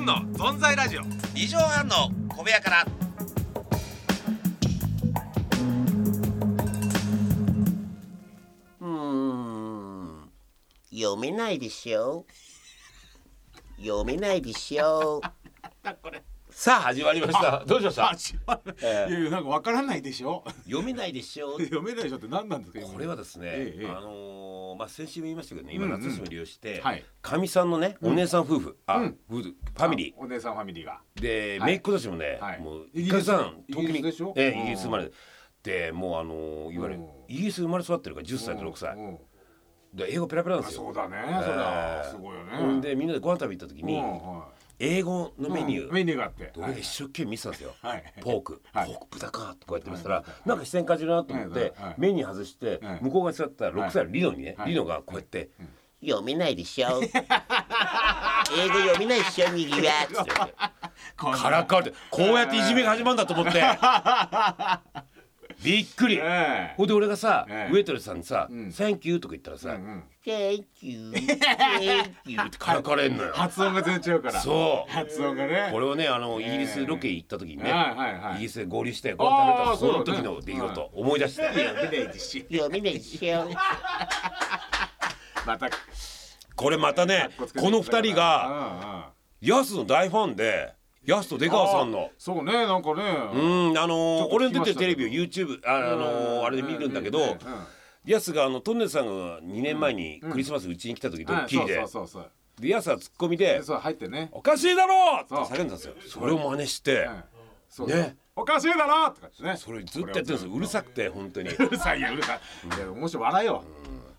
の存在ラジオ二畳半の小部屋からうーん読めないでしょ読めないでしょこれさあ始まりましたどうしましたあ違うえいやいやなんかわからないでしょ 読めないでしょ読めないでしょって何なんですかこれはですね、ええええあのーまあ先週も言いましたけどね今うんうん夏休みを利用してはいかみ、さんのねお姉さん夫婦、あ、うん夫婦ファミリーお姉さんファミリーがーで、はい姪っ子たちもね、はいもうイギ一リス回さんイギリスでしょえうえんイギリス生まれでもうあのーいわゆるうんイギリス生まれ育ってるから10歳と6歳うんうんで英語ペラペラなんあですよそうだねそれええはすごいよほんねでみんなでご飯食べ行った時にうんは英語のいメニュー、うんメニューがあってで俺が一生懸命見てたんですよ、はいポーク、はいポーク豚かってこうやって見てたら、はいなんか視線感じるなと思って、はいはいメニュー外して、はい向こうが座ってた6歳のリノにね、はいリノがこうやって読めないでしょ英語読めないでしょ右は「こんなからかわれてこうやっていじめが始まるんだ」と思ってびっくり。ええほんで俺がさ、ええウェイトレスさんにさ「うん Thank you」とか言ったらさ、うんうん Thank you Thank you ってからかれんのよ。発音が全然違うからそう発音がねこれをねあのイギリスロケ行った時にね、はいはいはいイギリスで合流してご飯食べあたーそうだそねの時の出来事を思い出して、読めないでしょ読めないでしょまたこれまたねっつけてこの二人が。うんうんヤスの大ファンでヤスと出川さんのあそうねなんかねううんんあちょのーっと俺聞きのま出してたるけテどレビを YouTube ああのーあれで見るんだけどヤスがあのトンネルさんが2年前にクリスマスうちに来た時ドッキリはでいそうそうそうでヤスはツッコミそでうそう入ってね「おかしいだろ!」ってそう叫んでたんですよそれを真似してうんそうねおかしいだろとかってねそれずっとやってるんですようるさくて本当にうるさいやうるさいいや面白い笑えよ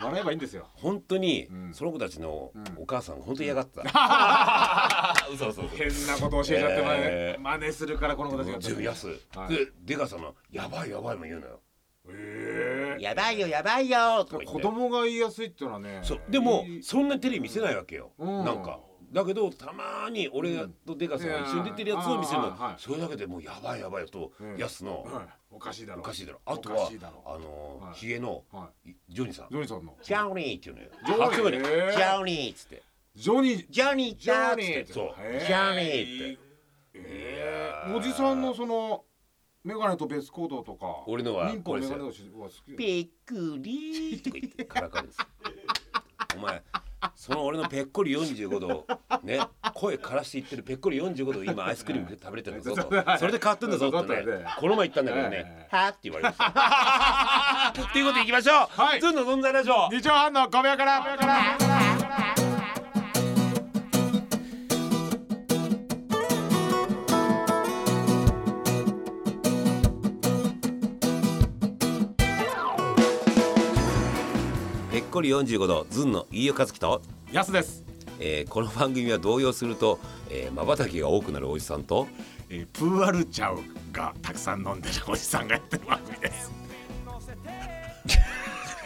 笑えばいいんですよ本当にんその子たちのお母さんが本当に嫌がってた嘘嘘嘘変なこと教えちゃってまえねー真似するからこの子たちが全部ヤスはいで出川さんの「やばいやばい」も言うのよえやばいよやばいよえとか子供が言いやすいってのはねそうでもいいそんなテレビ見せないわけよ、うんなんかだけどたまに俺とデカさんが一緒に出てるやつを見せるの、うんいやーはいそれだけでもうやばいやばいと、うんやすの、うんおかしいだろおかしいだろあとおはかしいだろあのーはいヒゲの、はいジョニーさんジョニーさん「のジョニー」って言うのよジョニーあそこにえ「ジーョニー」っつってジョニ「ージョニージだ」っャーつっニーてってそうへジャーニーってえいやーーおじさんのそのメガネとベースコードとか俺のは忍法これでメすガネよとしは好き「びっくり」とか言ってからかんですお前その俺のぺっこり45度ね声枯らしていってるぺっこり45度今アイスクリーム食べれてるんだぞとそれで変わってんだぞってねそうそうそうこの前言ったんだけどねえ「はっ」って言われましたっていうことでいきましょう「はいずんの存在ラジオ」二畳半の小部屋からぺっこり45度ずんの飯尾和樹と、ヤスです、えーこの番組は動揺するとまばたきが多くなるおじさんとえー、プーアルチャウがたくさん飲んでるおじさんがやってる番組です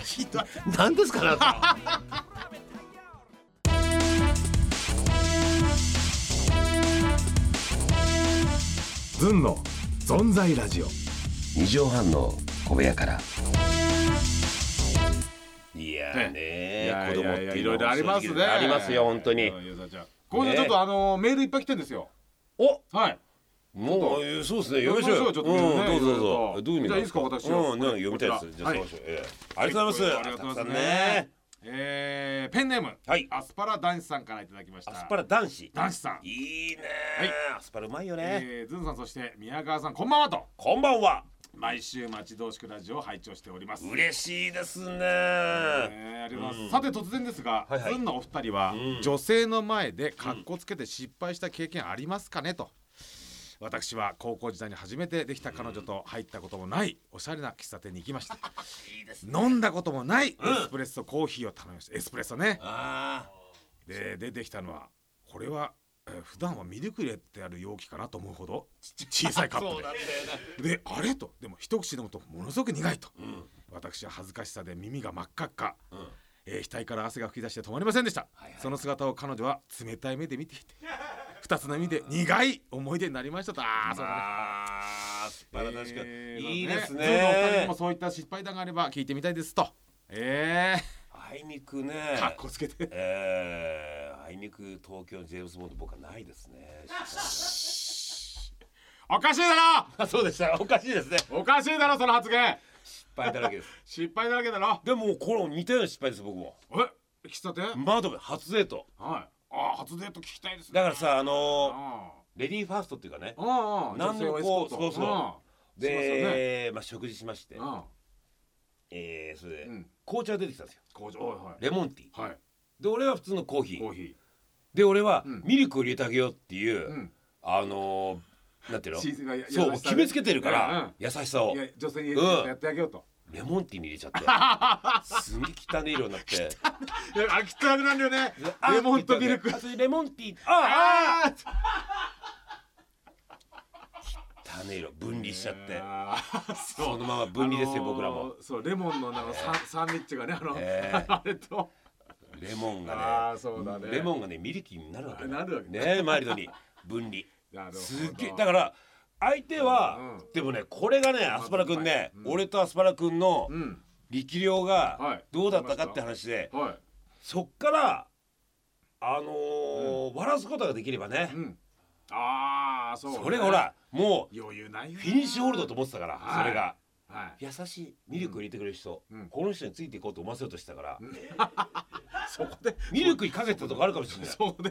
ひどい何ですかなあなずんの存在ラジオた二畳半の小部屋からいやーねいや子い供っやていやういのはいろろありますねありますよ本当にうんユーザーちゃん今週ちょっとあのメールいっぱい来てんですよおはいもうえそうですね読みましょう読みましょうちょっとねうん、どうぞどういろいろぞとどういう意味なんですかじゃあいいですか私はうんね読みたいですこちらじゃあはい探しようええありがとうございますありがとうござたくさいますんねね。えー、ペンネーム、はいアスパラ男子さんからいただきました。アスパラ男子男子さん、いいねはいアスパラうまいよねえー、ズンさんそして宮川さんこんばんはとこんばんは毎週待ち遠しくラジオを拝聴しております。嬉しいですねえーありがとうございますさて突然ですが、はいはいズンのお二人は、うん女性の前でかっこつけて失敗した経験ありますかねと。私は高校時代に初めてできた彼女と入ったこともないおしゃれな喫茶店に行きました いいです飲んだこともないエうんスプレッソコーヒーを頼みましたエスプレッソねあで出てきたのはこれは、えー普段はミルク入れてある容器かなと思うほどち小さいカあッそうプなんだよでであれとでも一口飲むとものすごく苦いとなうん私は恥ずかしさで耳が真っ赤っか、うんえー額から汗が噴き出して止まりませんでした、はいはいその姿を彼女は冷たい目で見ていて二つの意味で苦い思い出になりましたとああそうだねあーアスパラ男子くんえーいいですまあズンのお二人ねもそういった失敗談があれば聞いてみたいですとえあいにくねえー、かっこつけてえーあいにく東京ジェームズボンド僕はないですね。おかしいだあ そうでした。おかしいですね。ろおかしいだろその発言失敗だらけです。失敗だらけだろ でもこれ似たような失敗です僕も。え喫茶店はい窓辺初デート。ああ初デート聞きたいですねだからさあのーあレディーファーストっていうかねあ。ああ何でもこうそうそうでまあ食事しましてうんうんえーそれでうん紅茶が出てきたんですよ。工場はレモンティー。いはいで俺は普通のコーヒコーー。ヒで俺はうんミルクを入れてあげようっていうーううんあのーなんていうのチーズがやそう優しさで決めつけてるから優しさをいや女性にうんやってあげようとレモンティーに入れちゃ ってすんげえ 汚い色になっていや飽きたくなるよねあレモンとミルクあそれレモンティーあああ汚い色分離しちゃってあーそうそのまま分離ですよ僕らもあのーそうレモンのなんかサンサンドイッチがねあの、えーあれとレモンあがーそうだねねレモンがねミルキーになるわけなるわけねねマイルドに分な離るほどすっげえだから相手はうんでもねこれがねアスパラくんねうん俺とアスパラくんのうん力量はがいどうだったかって話ではそっからあのー笑わすことができればねいうんああそう、ね、それがほらもう余裕ないよフィニッシュホールドと思ってたからはいそれがはい優しいミルクを入れてくれる人うんこの人についていこうと思わせようとしたからそこでミルクにかけてたとこあるかもしれないそこうで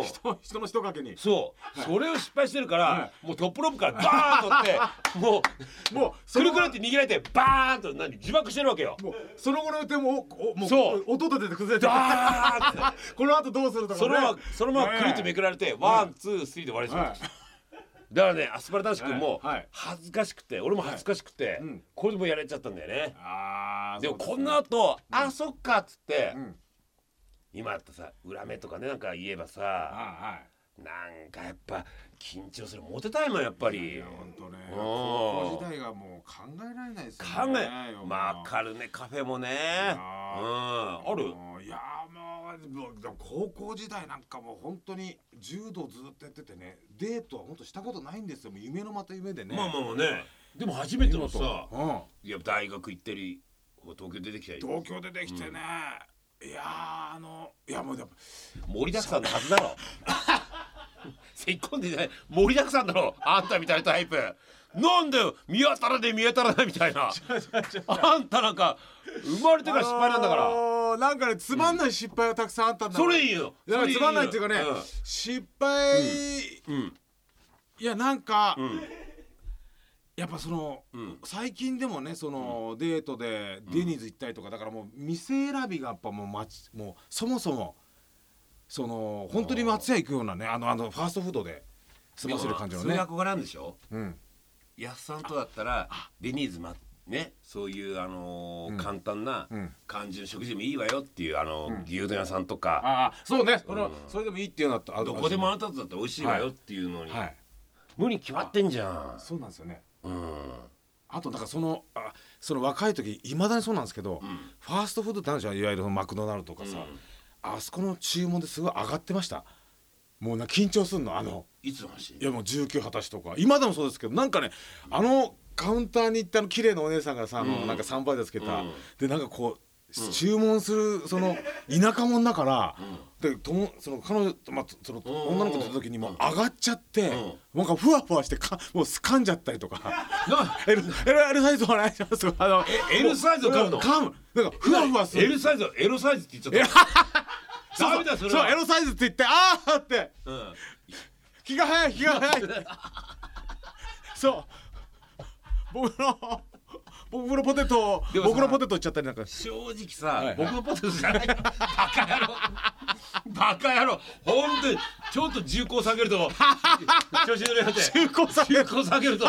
ん人人の一かけにそうそれを失敗してるからはもうトップロープからバーンとってもう もうそくのるくるって握られてバーンと何自爆してるわけよもうその後の予定もおおもうそう音立てて崩れてバーンって この後どうするとか、ね、そのままそのままくるってめくられてワンツースリーで終わりそうはだからねアスパラ男子君もはいはい恥ずかしくて俺も恥ずかしくていうんこれでもうやられちゃったんだよねい、ああでもこの後あそっかっつってうん今だってさ裏目とかねなんか言えばさあはいなんかやっぱ緊張するモテたいもんやっぱいりや本当ねうん高校時代がもう考えられないですよね考えもうまあカルネカフェもねうんあるうんいやーもうもうでも高校時代なんかもう本当に柔道ずっとやっててねデートは本当したことないんですよもう夢のまた夢でねまあまあまあねでも初めてのさうんいや大学行ってり東京出てきたり同居でできてね、いやーあのいやもうでも盛りだくさんのはずだろせっこんでない盛りだくさんだろあんたみたいなタイプなんだよ見当たらねえ見当たらないみたいなあんたなんか生まれてから失敗なんだから、あのーなんかねつまんない失敗がたくさんあったんだそれいいよよだからつまんないっていうかね、失敗、いうんやなんか、うんやっぱその、うん最近でもねその、デートでデニーズ行ったりとかだからもう店選びがやっぱもうまちもうそもそもその本当に松屋行くようなねあのあのファーストフードで済ませる感じのそねれ、憧れなんでしょうん、やっさんとだったらデニーズまねそういうあのーうん簡単なうん感じの食事でもいいわよっていうあのーうん牛丼屋さんとかああそうねその、うんそれでもいいっていうのだとあどこでもああなたとだったら美味しいわよっていうのにはい無理に決まってんじゃんそうなんですよねうんあとだからそのあその若い時いまだにそうなんですけど、うんファーストフードってあるじゃんいわゆるそのマクドナルドとかさ、うんあそこの注文ですごい上がってましたもうな緊張すんのあの、いつの話いやもう19、20歳とか今でもそうですけどなんかねあのカウンターに行ったあの綺麗なお姉さんがさあの、うんなんかサンバイザーつけた、うんでなんかこう、注文するその田舎者だから、でともその彼女と、まあ、そのん女の子といた時にもう上がっちゃって、んなんかふわふわしてかもう掴んじゃったりとかな「L, L, L サイズお願いします」とかあのえ L サイズを買うの噛むなんかふわふわする L サイズエロサイズって言っちゃったダメだよそれそうは L サイズって言ってああってうん気が早い気が早いそう僕の僕のポテトをでもさ僕のポテトいっちゃったりなんか正直さ、はい僕のポテトじゃないよバカ野郎バカ野郎ほんとにちょっと重厚下げる と調子乗りやがって中高さ重厚下げると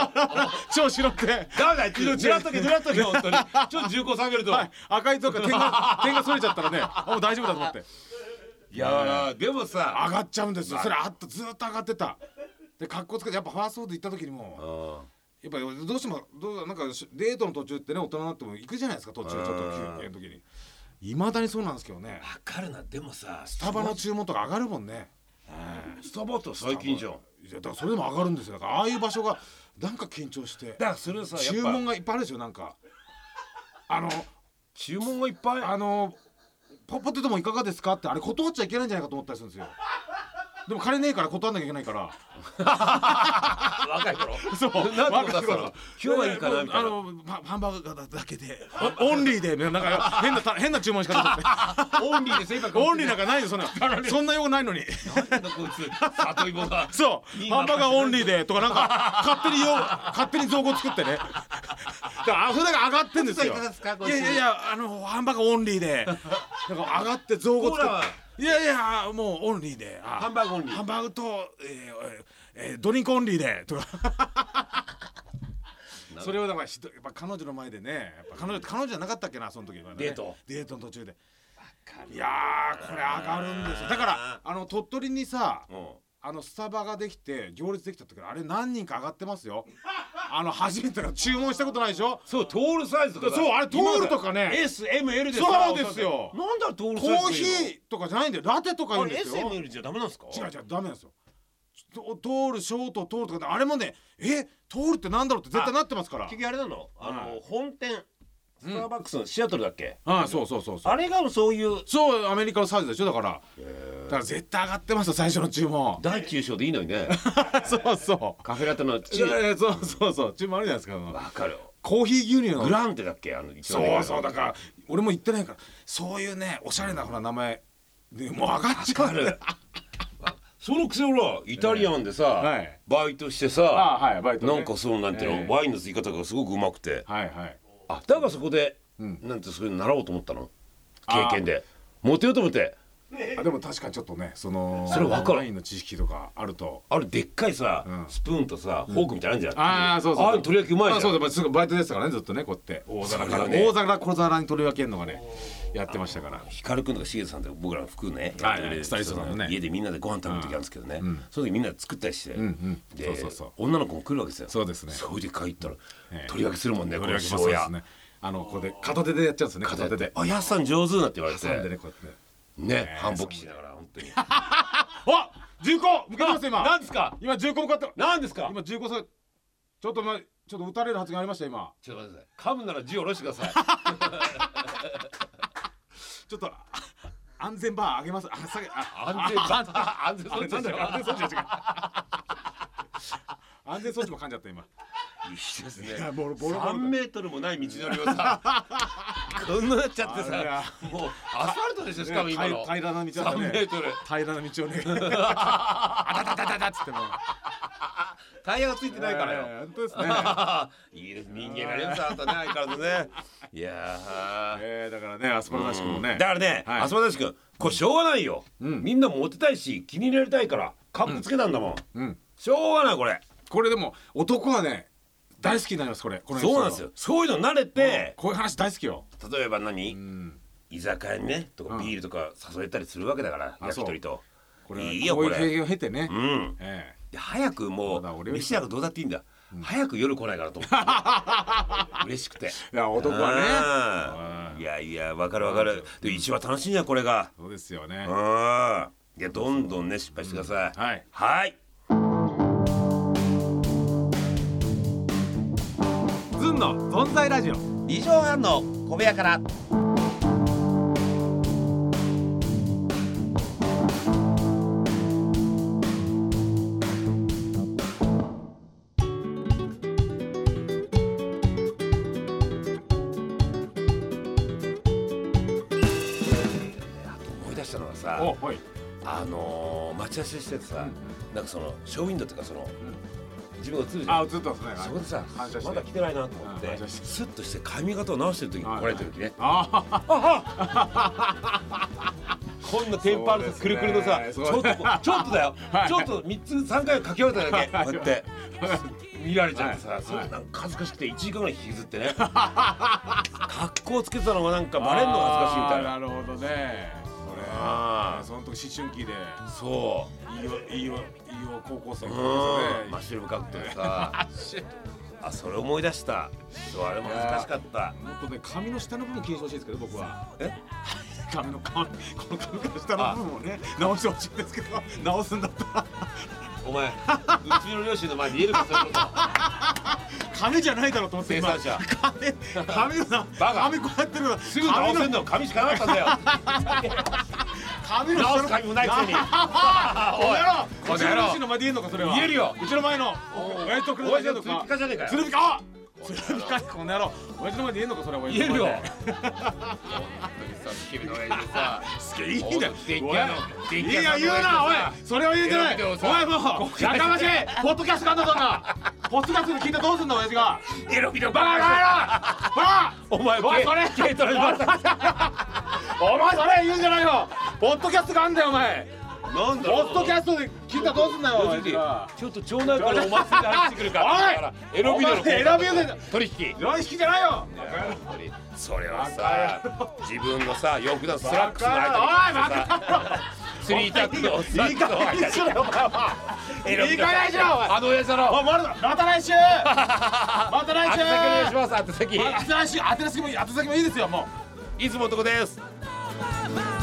調子乗ってダメだよちょっとずらっとけずらっとけ本当にちょっと重厚下げると、はいい、赤いとか点が点がそれちゃったらねあもう大丈夫だと思ってやーでもさ上がっちゃうんですよそれあっとずーっと上がってたで格好つけてやっぱファーストフード行った時にもやっぱりどうしてもどうなんかデートの途中ってね大人になっても行くじゃないですか途中ちょっと休憩の時にいまだにそうなんですけどね分かるなでもさススタバの注文とか上がるもんねスタバと最近じゃんだいやだからそれでも上がるんですよだからああいう場所がなんか緊張してからそれさや注っぱ文がいっぱいあるでしょなんかあの注文がいっぱいあのポポテトもいかがですかってあれ断っちゃいけないんじゃないかと思ったりするんですよでも金ねえから断んなきゃいけないから若い頃 そ うなんてことだ若いその頃今日はいいかなみたいあなのパハンバーガーだけでおオンリーでなんか変なた変な注文しか オンリーで性格オンリーなんかかないよそんなそんな用語ないのに なんだこいつ里芋がそういいなハンバーガーオンリーでとかなんか勝手に用勝手に造語作ってねだからあそれが上がってんですよいかがですかいやいやいやあのハンバーガーオンリーでなんか上がって造語コー作ラっはていやいやもうオンリーであハンバーグオンリーハンバーグと、えーえードリンクオンリーでとかそれをだからひどいやっぱ彼女の前でねやっぱ彼女彼女じゃなかったっけなその時はねデートデートの途中でいやーこれ上がるんですよだからあの鳥取にさうんあのスタバができて行列できた時あれ何人か上がってます よあの初めての注文したことないでしょそうトールサイズとかだそうあれトールとかね今だ SML でさそうですよなんだトールコサイズーヒーとかじゃないんだよラテとか言あうんれですよ SML じゃダメなんですか違う違うダメなんですよと通るショート通るとかあれもねえ通るってなんだろうって絶対なってますから結局あれなのあはのい本店スターバックスのシアトルだっけああそうそうそうそうあれがそういうそうアメリカのサイズでしょだからだから絶対上がってますよ最初の注文大中小でいいのにね そうそカフェラテのういちやいやそうそうそう注文あるじゃないですかあのわかるコーヒー牛乳のグランテだっけあの一番でかいそのうそうだから俺も言ってないからそういうねおしゃれなほら名前でもう上がっちゃわうかるそのくせほらイタリアンでさ、はいバイトしてあさあはいバイトねなんかそのなんていうの、ええワインのつき方がすごくうまくてはいはいあだからそこで、うんなんてそういうの習おうと思ったの経あ験でモテようと思ってあでも確かにちょっとねそのそれわかるワインの知識とかあるとあれでっかいさ、うんスプーンとさフォークみたいなのあるじゃん、ああそうそうあれとりわけうまいじゃんあそうだすぐバイトですからねずっとねこうやって大皿から、そうだね大皿から小皿に取り分けるのがねやってましたから光くんとかしげさんとか僕らの服ねはいやってくれるスタイリストさんのね家でみんなでご飯食べる時あるんですけどね、んその時みんなで作ったりして、んうんでそうそうそう女の子も来るわけですよそうですねそういう時帰ったら、ええ取り分けするもんねこのも父そうで親すねあのここで片手でやっちゃうんですね片手であやすさん上手だって言われて挟んでねこうやってねえ反勃しながら本当にあ重厚向かってます 今なんですか今重厚向かってなんですか今重厚さちょっと前ちょっと打たれる発言ありました今ちょっと待ってください噛むなら銃下ろしてくだ さいちょっとあ安全バー上げますあ下げあ安全安全安全あれ装な置んだでしょよ安全装置が違う安全装置も噛んじゃった今一緒ですねいやボロボロボロだ3メートルもない道のりをさ こんななっちゃってあれさはもうアスファルトでしょしかも今の平平らな道だった3ねメートル平らな道をね。あたたたたたっつっても。タイヤがついてないからよえ ー本当ですね。いいです人間が連鎖あったね相変わらずねいやーえー、だからね、アスパラガス君もね。だからね、はいあそこだし君これしょうがないよ、うんみんなモテたいし気に入られたいからカップつけたんだもん、うん。しょうがないこれこれでも、男はね、大好きになります、これ。このエピソそーうドなんですよ。そういうの慣れて、こういう話大好きよ。例えばう何ん。居酒屋にねとかうんビールとか誘えたりするわけだから、あ焼き鳥とこれは、いいよこうこいう経れ験を経てねう。んえで早くもまだう俺より飯なんかどうだっていいんだ、早く夜来ないからと思って 嬉しくてえ。いや、男はね。ねいやいやわかるわかるで一番楽しいんだこれがそうですよねう。んいやどんどんね失敗してください、はい。はいずんの存在ラジオ。二畳半の小部屋からあと思い出したのがさお、はい。あのー、待ち合わせしててさ、なんかそのショーウィンドウとかその、自分が映るじゃあ、ん映ってますね。そこでさ反射してまだ来てないなと思ってうん反射してスッとして髪型を直してる時にはい来られた時ねああ、こんなテンパールそうですねくるくるのさちそょうっとこ うちょっとだよ、はいちょっと3つ3回かけ終わっただけこうやって見られちゃってさ、はいそれなんか恥ずかしくて1時間ぐらい引きずって ね格好つけてたのがなんかバレんのが恥ずかしいみたいなあーなるほどね。これ。あその時思春期で。ーそういいよ、いいよ、いいよ、高校生。うん、マねッシュルームカクテル さ。あ、それ思い出した。そう、あれも恥ずかしかった。もっとね、髪の下の部分気にしてほしいですけど、僕は。え、 髪の髪、この髪の下の部分をね、直してほしいんですけど、直すんだったら。お前 うちの両親の前に言えるかそういうこと金じゃないだろうと思って今生産者金金をさバカ金こうやってるのすぐ直せ金んのの紙しかなかったんだよ金の直す紙もないく せにこの野郎おいこのうちの野両郎親の前で言えんのかそれは言えるようちの前の親父と車おでい言じゃ釣えんのりかピカじゃねえかよ鶴見かあ鶴見かこの野郎親父の前で言えんのかそれは言えるよすげえいいんだよでっけえおいでっいけえや言うなおいそれは言うんじゃな選いぶおけどさいもうやかましいポッドキャストなんだぞんなポッドキャストで聞いてどうすんだ親父がエロビデオバカバカバカお前おいそれ軽トラに乗ったお前それ言うんじゃないよポッドキャストがあんだよお前なんだポッドキャストで聞いたらどうすんだよお要前するにちょっと町内からお祭りで話してくるかおいだからエロビデオのエロビデオ取引常識じゃないよそれはさ自分のさ洋服だとスラックスの間にバカ野郎おいバカ野郎スリータックのスラいいック加の間減にしろよお前はエロビいいデオ加減にしろお前あの親父だろおいまだまた来 週また来宛週先お願いします宛先宛先もいい宛先もいいですよもういつものとこです my, my.